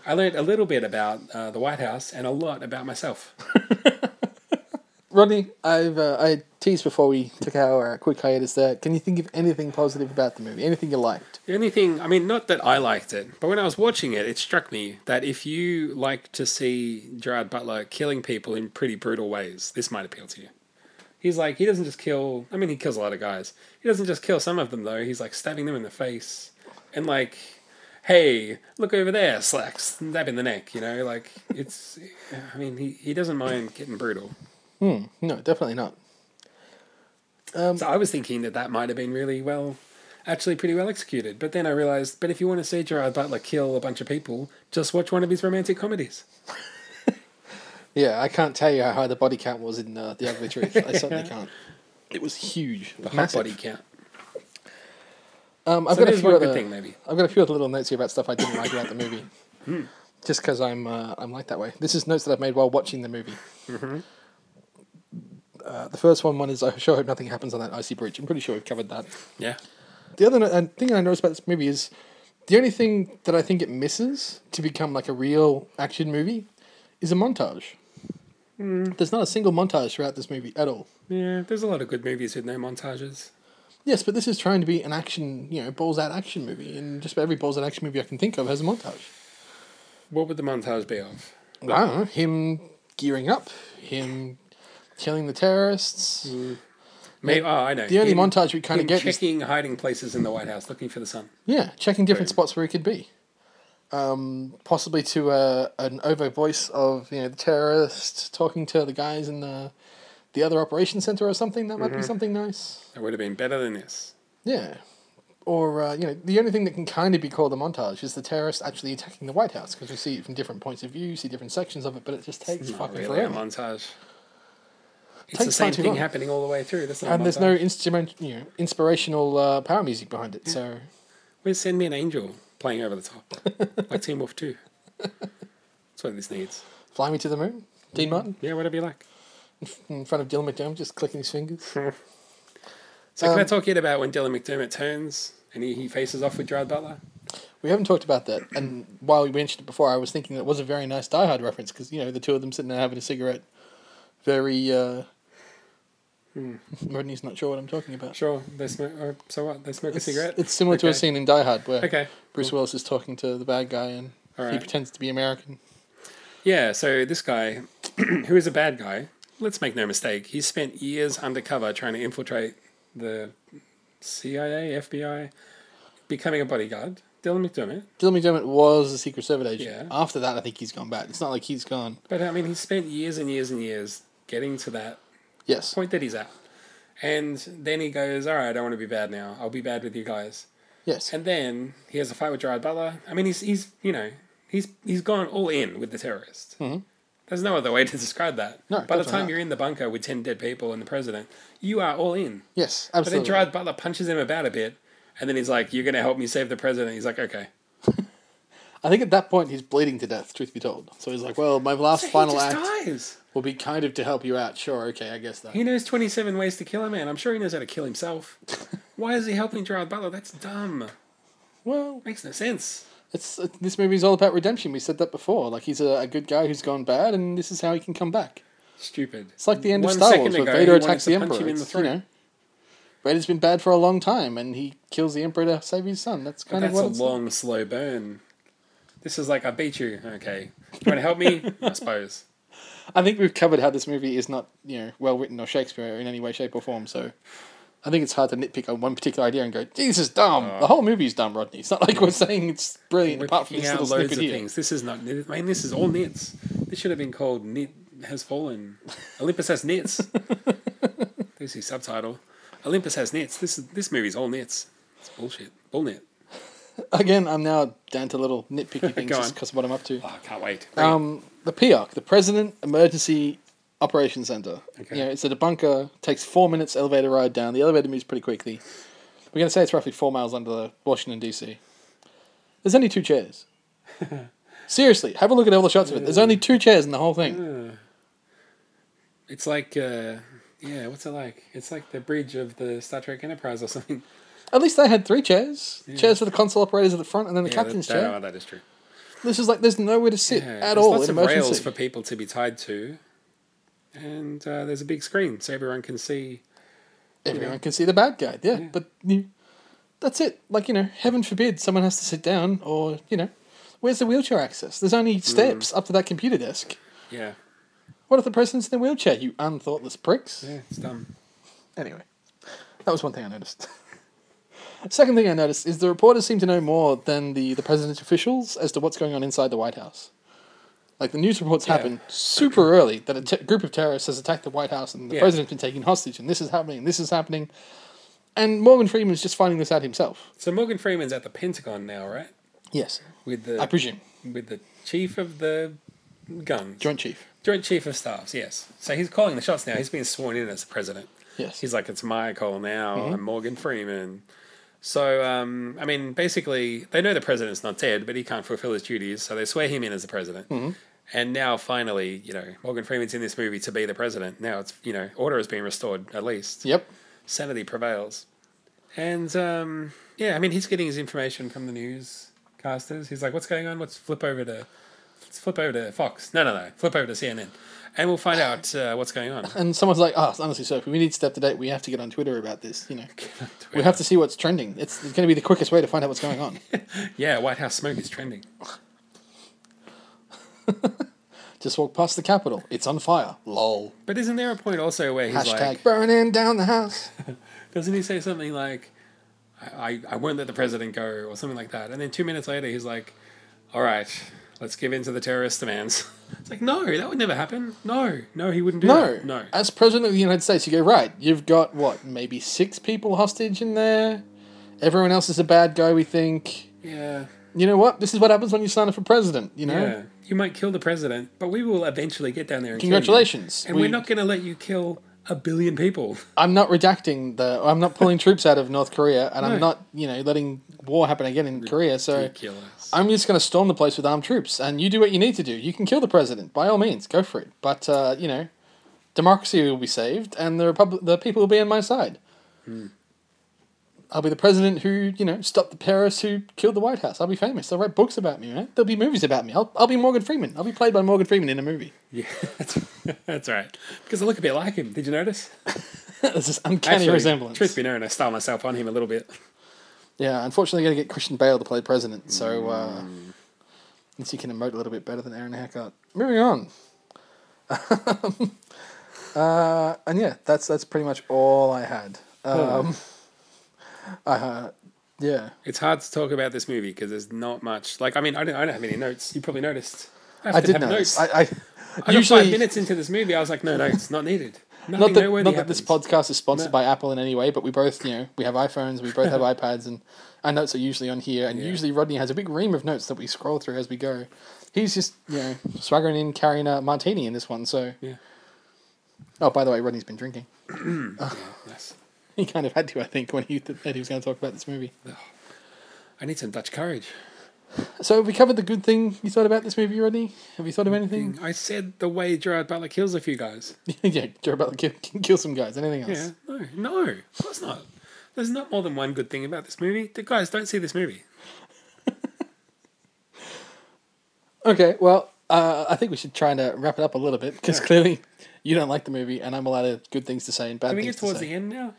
I learned a little bit about uh, the White House and a lot about myself.
Rodney, I've uh, I teased before we took our uh, quick hiatus there. Can you think of anything positive about the movie? Anything you liked?
The only thing, I mean, not that I liked it, but when I was watching it, it struck me that if you like to see Gerard Butler killing people in pretty brutal ways, this might appeal to you. He's like, he doesn't just kill, I mean, he kills a lot of guys. He doesn't just kill some of them, though. He's like stabbing them in the face and like, hey, look over there, slack, stab in the neck, you know? Like, it's, I mean, he, he doesn't mind getting brutal.
No, definitely not.
So I was thinking that that might have been really well, actually pretty well executed. But then I realized, but if you want to see Gerard Butler kill a bunch of people, just watch one of his romantic comedies.
Yeah, I can't tell you how high the body count was in uh, The Ugly Truth. I certainly can't. It was huge.
The hot
massive.
body count.
Um, I've got
So
a
there's
few
one
other,
good thing, maybe.
I've got a few other little notes here about stuff I didn't like about the movie. Just because I'm uh, I'm like that way. This is notes that I've made while watching the movie. Uh, the first one one is I sure hope nothing happens on that icy bridge. I'm pretty sure we've covered that.
Yeah.
The other no- uh, thing I noticed about this movie is the only thing that I think it misses to become like a real action movie is a montage. There's not a single montage throughout this movie at all.
Yeah, there's a lot of good movies with no montages.
Yes, but this is trying to be an action, you know, balls out action movie, and just about every balls out action movie I can think of has a montage.
What would the montage be of?
I don't know, him gearing up, him killing the terrorists.
Mm. Maybe, oh, I know.
The only
Him-
montage we kinda
him
get is-
checking hiding places in the White House, looking for the sun.
Yeah, checking different
Boom.
spots where he could be. Um, possibly to uh, an over voice of you know the terrorist talking to the guys in the the other operation center or something. That might
Mm-hmm.
be something nice.
That would have been better than this.
Yeah. Or uh, you know the only thing that can kind of be called a montage is the terrorist actually attacking the White House because we see it from different points of view, see different sections of it, but it just takes
Not
fucking
really a
forever.
montage.
Takes
It's the
far
same
too
thing
long.
happening all the way through. That's not
And
a
there's no
montage.
instrument, you know, inspirational uh, power music behind it. So
Where's Send Me an Angel playing over the top? like Team Wolf 2. That's what this needs.
fly me to the moon, Dean Martin
Yeah, whatever you like.
in front of Dylan McDermott just clicking his fingers.
So can I
Um,
talk yet about when Dylan McDermott turns and he, he faces off with Gerard Butler?
We haven't talked about that, and while we mentioned it before, I was thinking that it was a very nice Die Hard reference because you know the two of them sitting there having a cigarette. Very. uh Rodney's not sure what I'm talking about.
Hmm. Sure, they smoke. Or so what? They smoke
It's,
a cigarette.
it's similar to a
Okay.
scene in Die Hard where
Okay.
Bruce Willis is talking to the bad guy and
All
he
right.
pretends to be American.
Yeah. So this guy, who is a bad guy, let's make no mistake, he spent years undercover trying to infiltrate the CIA, FBI, becoming a bodyguard. Dylan McDermott.
Dylan McDermott was a Secret Service agent.
Yeah.
After that, I think he's gone back. It's not like he's gone.
But I mean, he spent years and years and years getting to that
Yes.
point that he's at. And then he goes, All right, I want to be bad now. I'll be bad with you guys.
Yes.
And then he has a fight with Gerard Butler. I mean, he's, he's you know, he's he's gone all in with the terrorist. There's no other way to describe that.
Mm-hmm. No,
By the
definitely
time
not.
you're in the bunker with 10 dead people and the president, you are all in.
Yes,
But then
absolutely.
Gerard Butler punches him about a bit, and then he's like, You're going to help me save the president. He's like, Okay.
I think at that point he's bleeding to death. Truth be told, so he's like, "Well, my last
He
final
just
act
dies.
will be kind of to help you out." Sure, okay, I guess that.
He knows 27 ways to kill a man. I'm sure he knows how to kill himself. Why is he helping Gerard Butler? That's dumb.
Well,
Makes no sense.
it's it, this movie's all about redemption. We said that before. Like he's a, a good guy who's gone bad, and this is how he can come back.
Stupid.
It's like the end
One
of Star
second
Wars, where
ago,
Vader
he wanted
attacks
to
the
punch
Emperor.
him in the
It's, you
throat.
know, Vader's been bad for a long time, and he kills the Emperor to save his son. That's
But
kind
that's
of
a
what. it's-
long, slow burn. This is like, I beat you. Okay. You want to help me? I suppose.
I think we've covered how this movie is not you know well written or Shakespeare in any way, shape, or form. So. I think it's hard to nitpick on one particular idea and go, "Jesus, dumb." the whole movie's dumb, Rodney. It's not like we're saying it's brilliant
Uh, We're
apart from
picking
this
out
little
loads
snippet
of
here.
things. This is not. I mean, this is all nits. This should have been called "Nit Has Fallen." Olympus has nits. There's the subtitle. Olympus has nits. This is this movie's all nits. It's bullshit. Bull nit.
Again, I'm now down to little nitpicky things
Go
just
on.
because of what I'm up to.
Oh, I can't wait. Bring it.
Um, the PIOC, the President Emergency Operations Center.
Okay.
You know, it's a debunker, takes four minutes elevator ride down. The elevator moves pretty quickly. We're going to say it's roughly four miles under the Washington, D.C. There's only two chairs. Seriously, have a look at all the shots of it. There's only two chairs in the whole thing.
it's like, uh, yeah, what's it like? It's like the bridge of the Star Trek Enterprise or something.
At least they had three chairs. Chairs for the console operators at the front and then the
Yeah,
captain's
that,
chair.
oh, that is true.
This is like, there's nowhere to sit
Yeah,
at
there's
all
Lots
in
of
emergency.
rails for people to be tied to, and uh, there's a big screen so everyone can see.
Everyone can see the bad guy. Yeah, but you, that's it. Like you know, heaven forbid someone has to sit down, or you know, where's the wheelchair access? There's only steps up to that computer desk.
Yeah,
What if the president's in a wheelchair? You unthoughtless pricks.
yeah, it's dumb.
Anyway, that was one thing I noticed. Second thing I noticed is the reporters seem to know more than the the president's officials as to what's going on inside the White House. Like the news reports
Yeah.
happen super early that a te- group of terrorists has attacked the White House and the
Yeah.
president's been taken hostage and this is happening and this is happening. And Morgan Freeman's just finding this out himself.
So Morgan Freeman's at the Pentagon now, right?
Yes,
With the
I presume
with the chief of the guns,
Joint Chief.
Joint chief of staffs. Yes. So he's calling the shots now. He's been sworn in as the president.
Yes,
He's like, it's my call now. I'm Morgan Freeman. So um, I mean, basically, they know the president's not dead, but he can't fulfill his duties, so they swear him in as the president. And now, finally, you know, Morgan Freeman's in this movie to be the president. Now it's you know, order has been restored at least
yep.
sanity prevails. And um, yeah, I mean, he's getting his information from the newscasters. He's like, "What's going on? Let's flip over to, let's flip over to Fox. No, no, no, flip over to CNN, and we'll find out uh, what's going on."
And someone's like, "Ah, honestly, sir, if we need to stay up to date, we have to get on Twitter about this. You know, we have to see what's trending. It's, it's going to be the quickest way to find out what's going on."
Yeah, White House smoke is trending.
Just walk past the Capitol. It's on fire. Lol.
But isn't there a point also where he's
Hashtag
like,
burning down the house.
doesn't he say something like, I, I, "I won't let the president go" or something like that? And then two minutes later, he's like, "All right, let's give in to the terrorist demands." It's like, no, that would never happen. No, no, he wouldn't do
No. Uh,
that. No,
As president of the United States, you go, right, you've got what, maybe six people hostage in there? Everyone else is a bad guy, we think.
yeah.
You know what? This is what happens when you sign up for president, you know?
Yeah, you might kill the president, but we will eventually get down there and kill you.
Congratulations.
And
We-
we, are not going to let you kill a billion people.
I'm not redacting the I'm not pulling troops out of North Korea and I'm
No.
not, you know, letting war happen again in Korea, so
Ridiculous.
I'm just going to storm the place with armed troops, and you do what you need to do. You can kill the president, by all means, go for it. But uh, you know, democracy will be saved, and the republic, the people will be on my side.
Hmm.
I'll be the president who you know stopped the terrorists who killed the White House. I'll be famous. They'll write books about me, right? There'll be movies about me. I'll, I'll be Morgan Freeman. I'll be played by Morgan Freeman in a movie.
Yeah, that's, that's right. Because I look a bit like him. Did you notice?
There's this uncanny resemblance.
Truth be known, I style myself on him a little bit.
Yeah, unfortunately, going to get Christian Bale to play president. So, uh,
Mm.
since he can emote a little bit better than Aaron Hackart. Moving on. uh, and yeah, that's that's pretty much all I had.
Oh.
Um, uh, yeah,
It's hard to talk about this movie because there's not much. Like, I mean, I don't, I don't have any notes. You probably noticed. have
I
to
did
have
notice.
notes.
I, I,
I got
usually
five minutes into this movie. I was like, no, no, it's not needed.
Not
Nothing
that,
noteworthy
not that this
happens.
podcast is sponsored by Apple in any way, but we both, you know, we have iPhones, we both have iPads, and our notes are usually on here. And usually Rodney has a big ream of notes that we scroll through as we go. He's just, you know, swaggering in, carrying a martini in this one. So,
Yeah.
oh, by the way, Rodney's been drinking.
Nice.
He kind of had to, I think, when he th- said he was going to talk about this movie.
I need some Dutch courage.
So, have we covered the good thing you thought about this movie, Rodney? Have you thought of anything?
I said the way Gerard Butler kills a few guys.
yeah, Joe Butler kill, kill some guys. Anything else?
Yeah, no, no, of course not. There's not more than one good thing about this movie. The guys don't see this movie.
Okay, well, uh, I think we should try and uh, wrap it up a little bit because clearly you don't like the movie, and I'm allowed of good things to say and bad
Can we
things
get towards
to say.
the end now?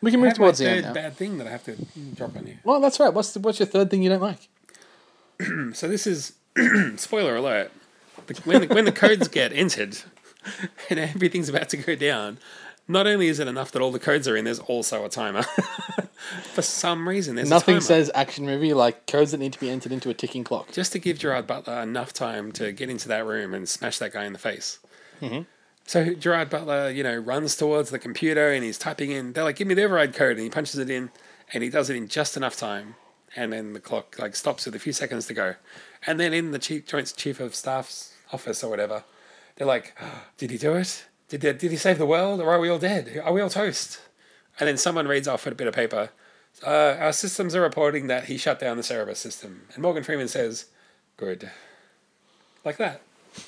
We can
I
move
have my
towards the end
third
now.
bad thing that I have to drop on you.
Well, that's right. What's the, what's your third thing you don't like?
So this is spoiler alert. The- When the, when the codes get entered and everything's about to go down, not only is it enough that all the codes are in, there's also a timer. For some reason, there's
Nothing
a timer.
says action movie like codes that need to be entered into a ticking clock.
just to give Gerard Butler enough time to get into that room and smash that guy in the face. So Gerard Butler, you know, runs towards the computer and he's typing in. They're like, "Give me the override code," and he punches it in, and he does it in just enough time, and then the clock like stops with a few seconds to go, and then in the chief joint chief of staff's office or whatever, they're like, "Oh, "Did he do it? Did they, did he save the world, or are we all dead? Are we all toast?" And then someone reads off a bit of paper. Uh, our systems are reporting that he shut down the Cerebus system, and Morgan Freeman says, "Good." Like that.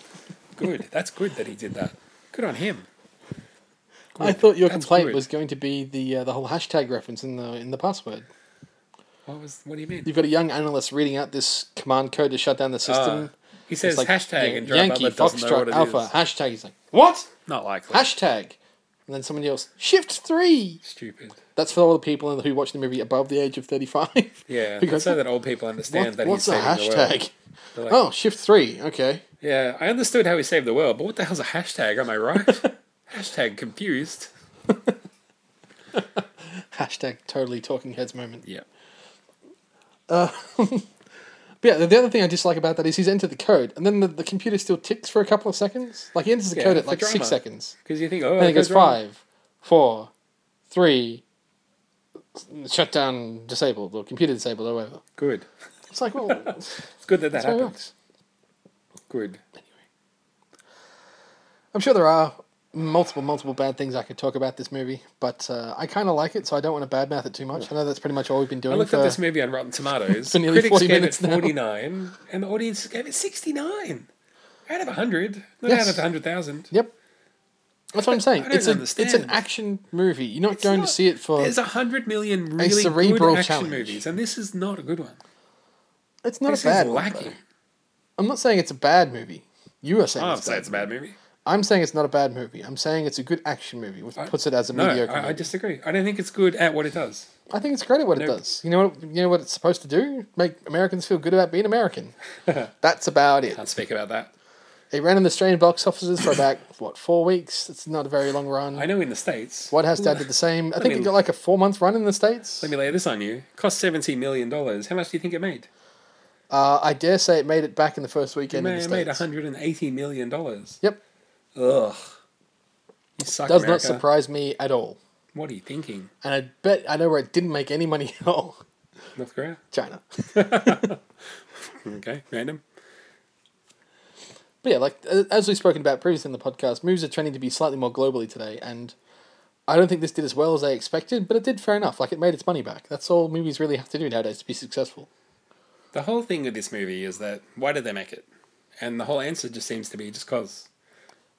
Good. That's good that he did that. Good on him.
I thought your
That's
complaint
good.
was going to be the uh, the whole hashtag reference in the in the password.
What was? What do you mean?
You've got a young analyst reading out this command code to shut down the system.
He Uh, says
like,
hashtag
yeah,
and Gerard
Yankee
Butler doesn't know what
Foxtrot
it
Alpha
is.
hashtag. He's like
What? Not likely.
hashtag, and then someone yells Shift three.
Stupid.
That's for all the people in- who watch the movie above the age of 35.
Yeah.
Because
so that old people understand
what,
that
what's a
he's saving the world.
hashtag?
They're like,
oh, shift three. Okay.
Yeah, I understood how he saved the world, but what the hell's a hashtag? Am I right? hashtag confused.
Hashtag totally talking heads moment.
Yeah.
But yeah, the, the other thing I dislike about that is he's entered the code and then the, the computer still ticks for a couple of seconds. Like he enters the
Yeah,
code at
for
like
drama.
six seconds.
Because you think, oh,
And
it
it goes
goes wrong.
five, four, three, shut down, disabled, or computer disabled, or whatever.
Good.
It's like, well, that's
It's good that that
how it works.
happens. Good.
I'm sure there are multiple, multiple bad things I could talk about this movie, but uh, I kind of like it, so I don't want to badmouth it too much. I know that's pretty much all we've been doing.
I looked
for,
at this movie on Rotten Tomatoes.
for nearly
Critics
40
gave it
minutes now.
49, and the audience gave it 69 out of 100, not
Yes.
out of 100,000.
Yep. That's what I'm saying.
I don't
It's, a, it's an
understand.
action movie. You're not
It's
going
not-
to see it for.
There's a hundred million really
cerebral
good action
challenge.
movies, and this is not a good one.
It's not
this
a bad.
is
one,
lacking.
though. I'm not saying it's a bad movie. You are saying
I don't
it's,
say
bad.
it's a bad movie.
I'm saying it's not a bad movie. I'm saying it's a good action movie, which puts it as a
No,
mediocre.
I, I
movie.
disagree. I don't think it's good at what it does.
I think it's great at what it
Nope.
does. You know what? You know what it's supposed to do? Make Americans feel good about being American. That's about it.
Can't speak about that.
It ran in the Australian box offices for about what four weeks. It's not a very long run.
I know in the states.
White House Dad did the same. I think
me-
it got like a four month run in the states.
Let me lay this on you. Cost seventy million dollars. How much do you think it made?
Uh, I dare say it made it back in the first
It
weekend in the
ma- it
states.
made one hundred and eighty million dollars.
Yep.
Ugh. You suck,
Does not
America.
surprise me at all.
What are you thinking,
And I bet I know where it didn't make any money at all.
North Korea?
China. Hmm.
Okay, random.
But yeah, like a- as we've spoken about previously in the podcast, movies are trending to be slightly more globally today, and I don't think this did as well as I expected, but it did fair enough. Like it made its money back. That's all movies really have to do nowadays to be successful.
The whole thing with this movie is that why did they make it? And the whole answer just seems to be just cause.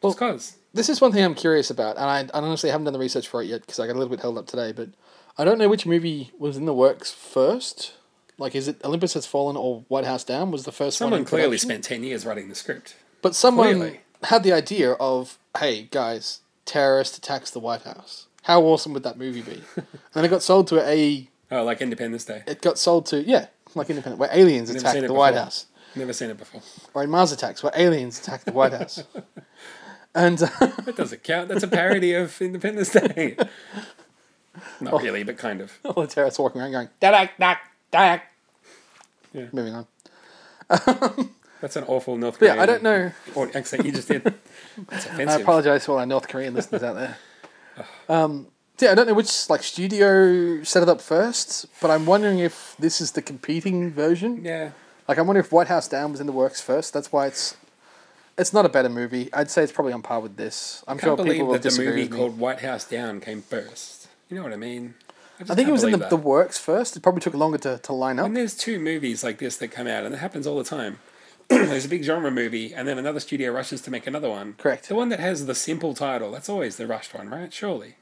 Well-
Just cause.
This is one thing I'm curious about, and I, I honestly haven't done the research for it yet because I got a little bit held up today. But I don't know which movie was in the works first. Like, is it Olympus Has Fallen or White House Down? Was the first one
Someone
in
clearly
production?
spent 10 years writing the script.
But someone
Clearly.
had the idea of, hey guys, terrorist attacks the White House. How awesome would that movie be? and it got sold to a.
Oh, like Independence Day.
It got sold to yeah, like Independent, where aliens
Never
attack
seen
the
it
White
before.
House,
Never seen it before.
or in Mars Attacks, where aliens attack the White House. And uh,
That doesn't count. That's a parody of Independence Day. Not
Oh.
really, but kind of.
all the terrorists walking around going,
Dak, dak, dak.
moving on.
That's an awful North
Yeah,
Korean.
I don't know.
Or accent you just did. That's
I
offensive.
apologize to all our North Korean listeners out there. Um, yeah, I don't know which like studio set it up first, but I'm wondering if this is the competing version.
Yeah.
Like, I'm wondering if White House Down was in the works first. That's why it's it's not a better movie. I'd say it's probably on par with this. I'm
I
sure
can't
people
believe
will
that the
disagree.
movie
with me.
called White House Down came first. You know what I mean? just
I think it
can't
was in the,
believe
the
that.
works first. It probably took longer to, to line up.
And there's two movies like this that come out, and it happens all the time. there's a big genre movie, and then another studio rushes to make another one.
Correct.
The one that has the simple title. That's always the rushed one, right? Surely.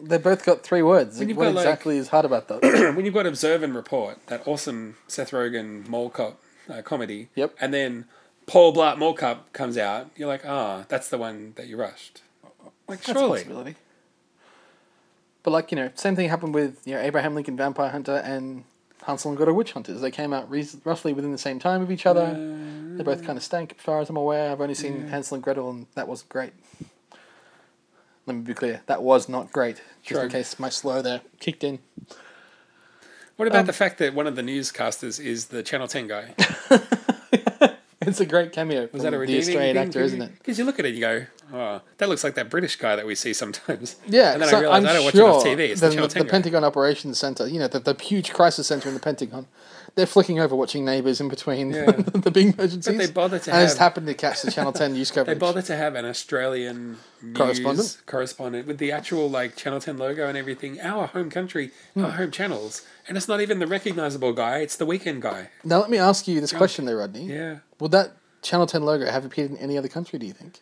They both got three words.
you've
What
got, like-
exactly is hard about that?
when you've got Observe and Report, that awesome Seth Rogen mole cop uh, comedy,
Yep.
and then Paul Blart mole cop comes out, you're like, ah, that's the one that you rushed. Like,
That's a
surely.
possibility. But like you know, same thing happened with you know Abraham Lincoln Vampire Hunter and Hansel and Gretel Witch Hunters. They came out re- roughly within the same time of each other.
Mm.
They both kind of stank, as far as I'm aware. I've only seen Hansel and Gretel, and that wasn't great. Let me be clear: that was not great. Just in
Shrug.
case my slow there kicked in.
What
Um,
about the fact that one of the newscasters is the Channel 10 guy?
It's a great cameo.
Was that a
the
redeeming
Australian actor, isn't it?
Because you look at it and you go, oh, that looks like that British guy that we see sometimes.
Yeah,
And then
so
I realize
I'm
I don't watch
sure
enough TV. It's the,
the,
Channel
the
10 guy.
Pentagon Operations Center, you know, the, the huge crisis center in the Pentagon, they're flicking over watching Neighbours in between
Yeah.
the big emergencies.
But they bother to
and just
have-
happened to catch the Channel 10 news
they
coverage.
bother to have an Australian news
Correspondent?
correspondent with the actual like Channel Ten logo and everything. Our home country,
Hmm.
our home channels, and it's not even the recognizable guy. It's the weekend guy.
Now, let me ask you this question, though, Rodney.
Yeah,
Would that Channel 10 logo have appeared in any other country, do you think?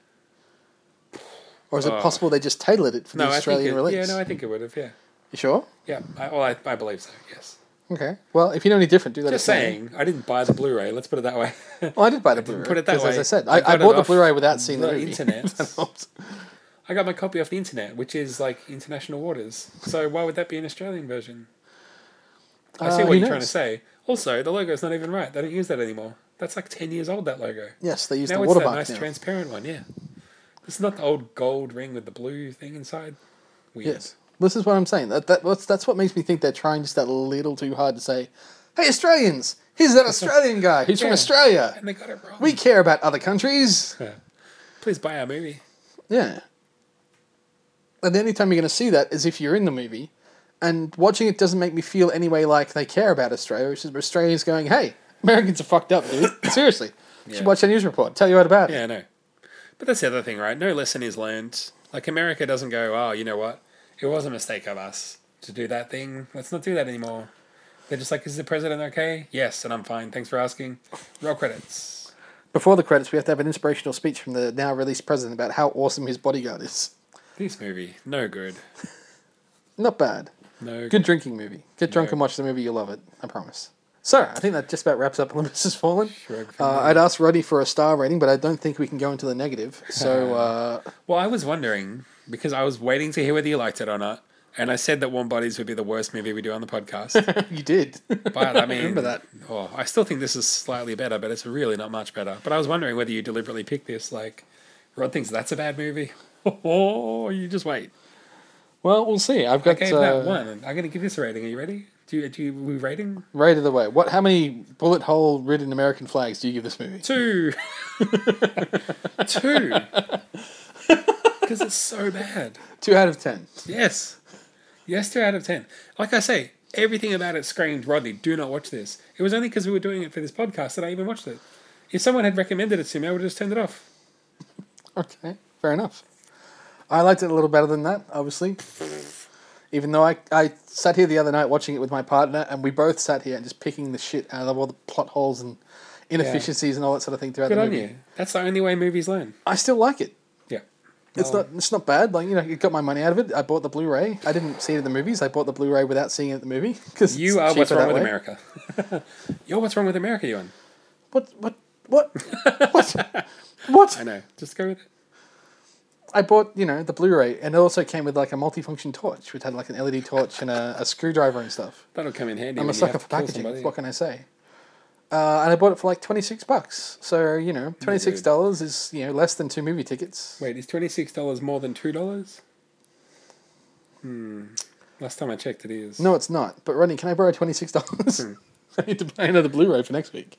Or is it possible they just tailored it for
Oh. no,
the
I think
Australian
it,
release?
yeah, no, I think it would have. Yeah,
you sure?
yeah. I, well, I, I believe so. Yes.
Okay. Well, if you know any different, do that.
Just saying, I didn't buy the Blu-ray. Let's put it that way.
Well, I did buy the Blu-ray.
put it that
'cause As
way.
I said,
I
I, I,
got it
bought the
off
Blu-ray without seeing the,
the
movie.
internet.
That helps.
I got my copy off the internet, which is like international waters. So why would that be an Australian version? I see
Uh,
what
who
you're trying to
knows?
say. Also, the logo's not even right. They don't use that anymore. That's like ten years old. That logo.
Yes, they used
now
the
it's
water
that
mark
nice
now.
transparent one, yeah. It's not the old gold ring with the blue thing inside. Weird.
Yes. This is what I'm saying. That, that that's, that's what makes me think they're trying just that little too hard to say, "Hey Australians, here's that Australian guy who's from
Yeah.
Australia.
And they got it wrong.
We care about other countries."
Please buy our movie.
Yeah. And the only time you're going to see that is if you're in the movie, and watching it doesn't make me feel anyway like they care about Australia. It's just Australians going, "Hey, Americans are fucked up, dude. Seriously, You
Yeah.
should watch that news report. Tell you what about it."
Yeah, I know. But that's the other thing, right? No lesson is learned. Like America doesn't go, oh, you know what? It was a mistake of us to do that thing. Let's not do that anymore. They're just like, is the president okay? Yes, and I'm fine. Thanks for asking. Roll credits.
Before the credits, we have to have an inspirational speech from the now released president about how awesome his bodyguard is.
This movie, no good.
Not bad.
No
Good drinking movie. Get drunk and watch the movie. You'll love it. I promise. So I think that just about wraps up Olympus Has Fallen.
Shrug from
Uh, I'd ask Roddy for a star rating, but I don't think we can go into the negative. So uh,
Well, I was wondering because I was waiting to hear whether you liked it or not. And I said that Warm Bodies would be the worst movie we do on the podcast.
you did.
But I mean,
Remember that.
Oh, I still think this is slightly better, but it's really not much better. But I was wondering whether you deliberately picked this. Like, Rod thinks that's a bad movie. Oh, you just wait.
well, we'll see. I've
I
got
gave
uh,
that one. I'm going to give this a rating. Are you ready? Do you, do you, we rating
rated the way. What? How many bullet hole ridden American flags do you give this movie?
two? two. Because it's so bad.
Two out of ten.
Yes. Yes, two out of ten. Like I say, everything about it screamed, Rodney, do not watch this. It was only because we were doing it for this podcast that I even watched it. If someone had recommended it to me, I would have just turned it off.
Okay, fair enough. I liked it a little better than that, obviously. Even though I, I sat here the other night watching it with my partner, and we both sat here and just picking the shit out of all the plot holes and inefficiencies and all that sort of thing throughout
Good
the
on
movie.
you. That's the only way movies learn.
I still like it.
Yeah.
It's not it's not bad. Like you know, it got my money out of it. I bought the Blu-ray. I didn't see it at the movies. I bought the Blu-ray without seeing it at the movie because
You are what's wrong with America. You're what's wrong with America, Ewan.
What what what what what?
I know. Just go with it.
I bought, you know, the Blu-ray, and it also came with like a multifunction torch, which had like an LED torch and a, a screwdriver and stuff.
That'll come in handy.
I'm
when
a
you
sucker
have
for
to kill
packaging.
somebody.
What can I say? Uh, and I bought it for like twenty six bucks. So you know, twenty six dollars is you know less than two movie tickets.
Wait, is $26 more than $2? Hmm. Last time I checked, it is.
No, it's
Hmm.
not. But Ronnie, can I borrow twenty six dollars? I need to buy another Blu-ray for next week.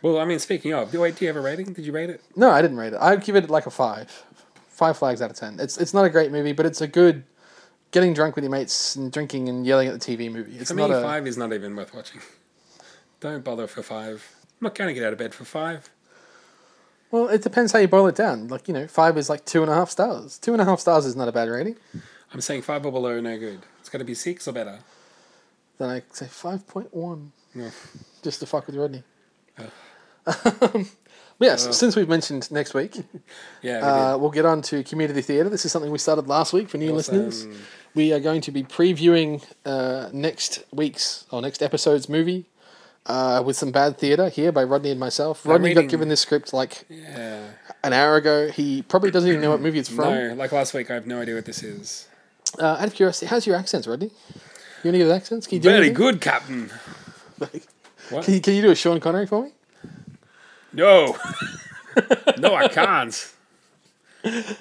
Well, I mean, speaking of, wait, do you have a rating? Did you rate it?
No, I didn't rate it. I'd give it like a five, five flags out of ten. It's it's not a great movie, but it's a good getting drunk with your mates and drinking and yelling at the TV movie. It's
For me,
not a
five is not even worth watching. Don't bother for five. I'm not going to get out of bed for five.
well. It depends how you boil it down. Like you know, five is like two and a half stars. Two and a half stars is not a bad rating.
I'm saying five or below, no good. It's got to be six or better.
Then I say five point one,
No.
just to fuck with Rodney. but yes, since we've mentioned next week,
Yeah. we
uh, we'll get on to community theatre. This is something we started last week for new listeners. We are going to be previewing uh, next week's or next episode's movie uh, with some bad theatre here by Rodney and myself. Rodney got
reading-
given this script like
did. yeah.
an hour ago. He probably doesn't even know what movie it's from.
No, like last week, I have no idea what this is.
Uh, out of curiosity, how's your accents, Rodney? You any good accents? Can you do
Very
anything?
good, Captain. What?
Can you, can you do a Sean Connery for me?
No. no, I can't.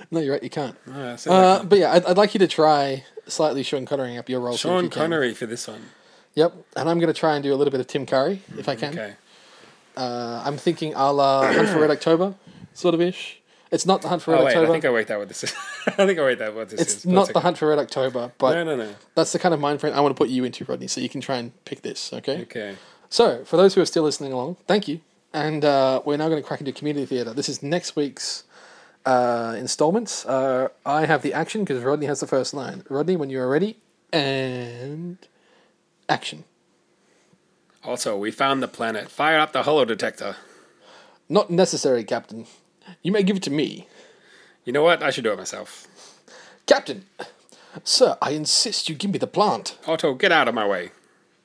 No, you're right. You can't.
No, I said I
Uh,
can't.
but yeah, I'd, I'd like you to try slightly Sean Connerying up your role. see if
Sean
you can.
Connery for this one.
Yep, and I'm going to try and do a little bit of Tim Curry if I can.
Okay.
Uh, I'm thinking a la Hunt for Red October, sort of ish. It's not the Hunt for Red
Oh wait, I
October.
think I worked out what this is. I think I worked out what this is.
it's
One
not the
second.
Hunt for Red October, but
No, no, no.
that's the kind of mind frame I want to put you into, Rodney. So you can try and pick this, okay?
Okay.
So for those who are still listening along, thank you. And uh, we're now going to crack into community theatre. This is next week's uh, installments. Uh, I have the action because Rodney has the first line. Rodney, when you are ready, and action.
Also, we found the planet. Fire up the hollow detector.
Not necessary, Captain. You may give it to me.
You know what? I should do it myself.
Captain! Sir, I insist you give me the plant.
Otto, get out of my way.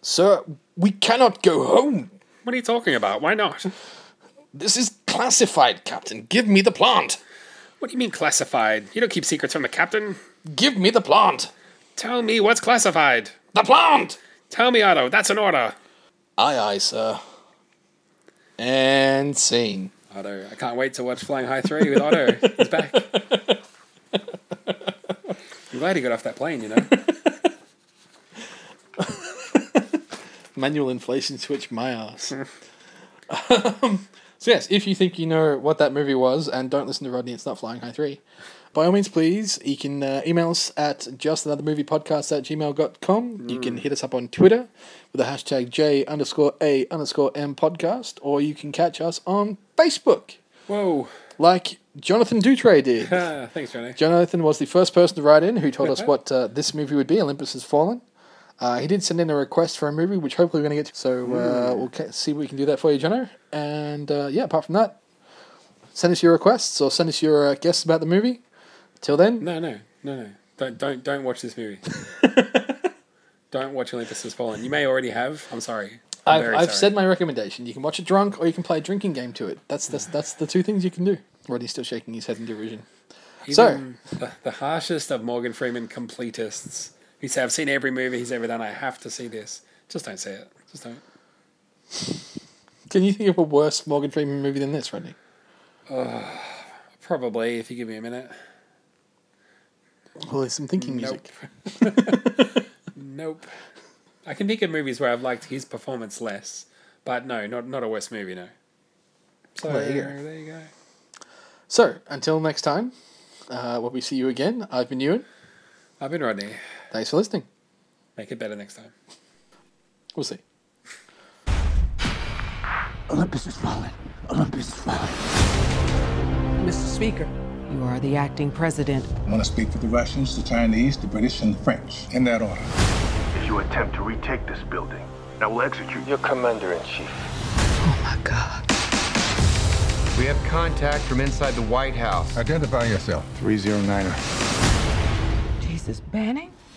Sir, we cannot go home.
What are you talking about? Why not?
This is classified, Captain. Give me the plant.
What do you mean classified? You don't keep secrets from the captain.
Give me the plant.
Tell me what's classified.
The plant!
Tell me, Otto. That's an order.
Aye, aye, sir. And scene.
Otto, I can't wait to watch Flying High 3 with Otto. He's back. I'm glad he got off that plane, you know.
Manual inflation switch my ass. um, so, yes, if you think you know what that movie was and don't listen to Rodney, it's not Flying High 3. By all means, please, you can uh, email us at justanothermoviepodcast at gmail.com. You can hit us up on Twitter with the hashtag J underscore A underscore M podcast, or you can catch us on Facebook
Whoa.
like Jonathan Dutre did.
Ah, thanks, Johnny.
Jonathan was the first person to write in who told us what uh, this movie would be, Olympus Has Fallen. Uh, he did send in a request for a movie, which hopefully we're going to get to. So uh, we'll ca- see if we can do that for you, Jono. And uh, yeah, apart from that, send us your requests or send us your uh, guests about the movie. Till then,
No, no, no, no. Don't, don't, don't watch this movie. don't watch Olympus Has Fallen. You may already have. I'm sorry. I'm
I've,
very
I've
sorry.
said my recommendation. You can watch it drunk or you can play a drinking game to it. That's that's, that's the two things you can do. Rodney's still shaking his head in derision.
Even the, the harshest of Morgan Freeman completists who say, I've seen every movie he's ever done. I have to see this. Just don't say it. Just don't.
Can you think of a worse Morgan Freeman movie than this, Rodney?
Probably, if you give me a minute.
Well, there's some thinking music.
Nope. I can think of movies where I've liked his performance less, but no, not not a worse movie, no. So
Well, there you go.
there you go.
So until next time, uh, when we see you again, I've been Ewan.
I've been Rodney.
Thanks for listening.
Make it better next time.
We'll see.
Olympus is fallen. Olympus is fallen.
Mr. Speaker,
You are the acting president.
I want to speak to the Russians, the Chinese, the British, and the French in that order.
if you attempt to retake this building. I will execute you.
Your commander in chief.
We have contact from inside the White House.
Identify yourself. 309er.
Jesus, Banning?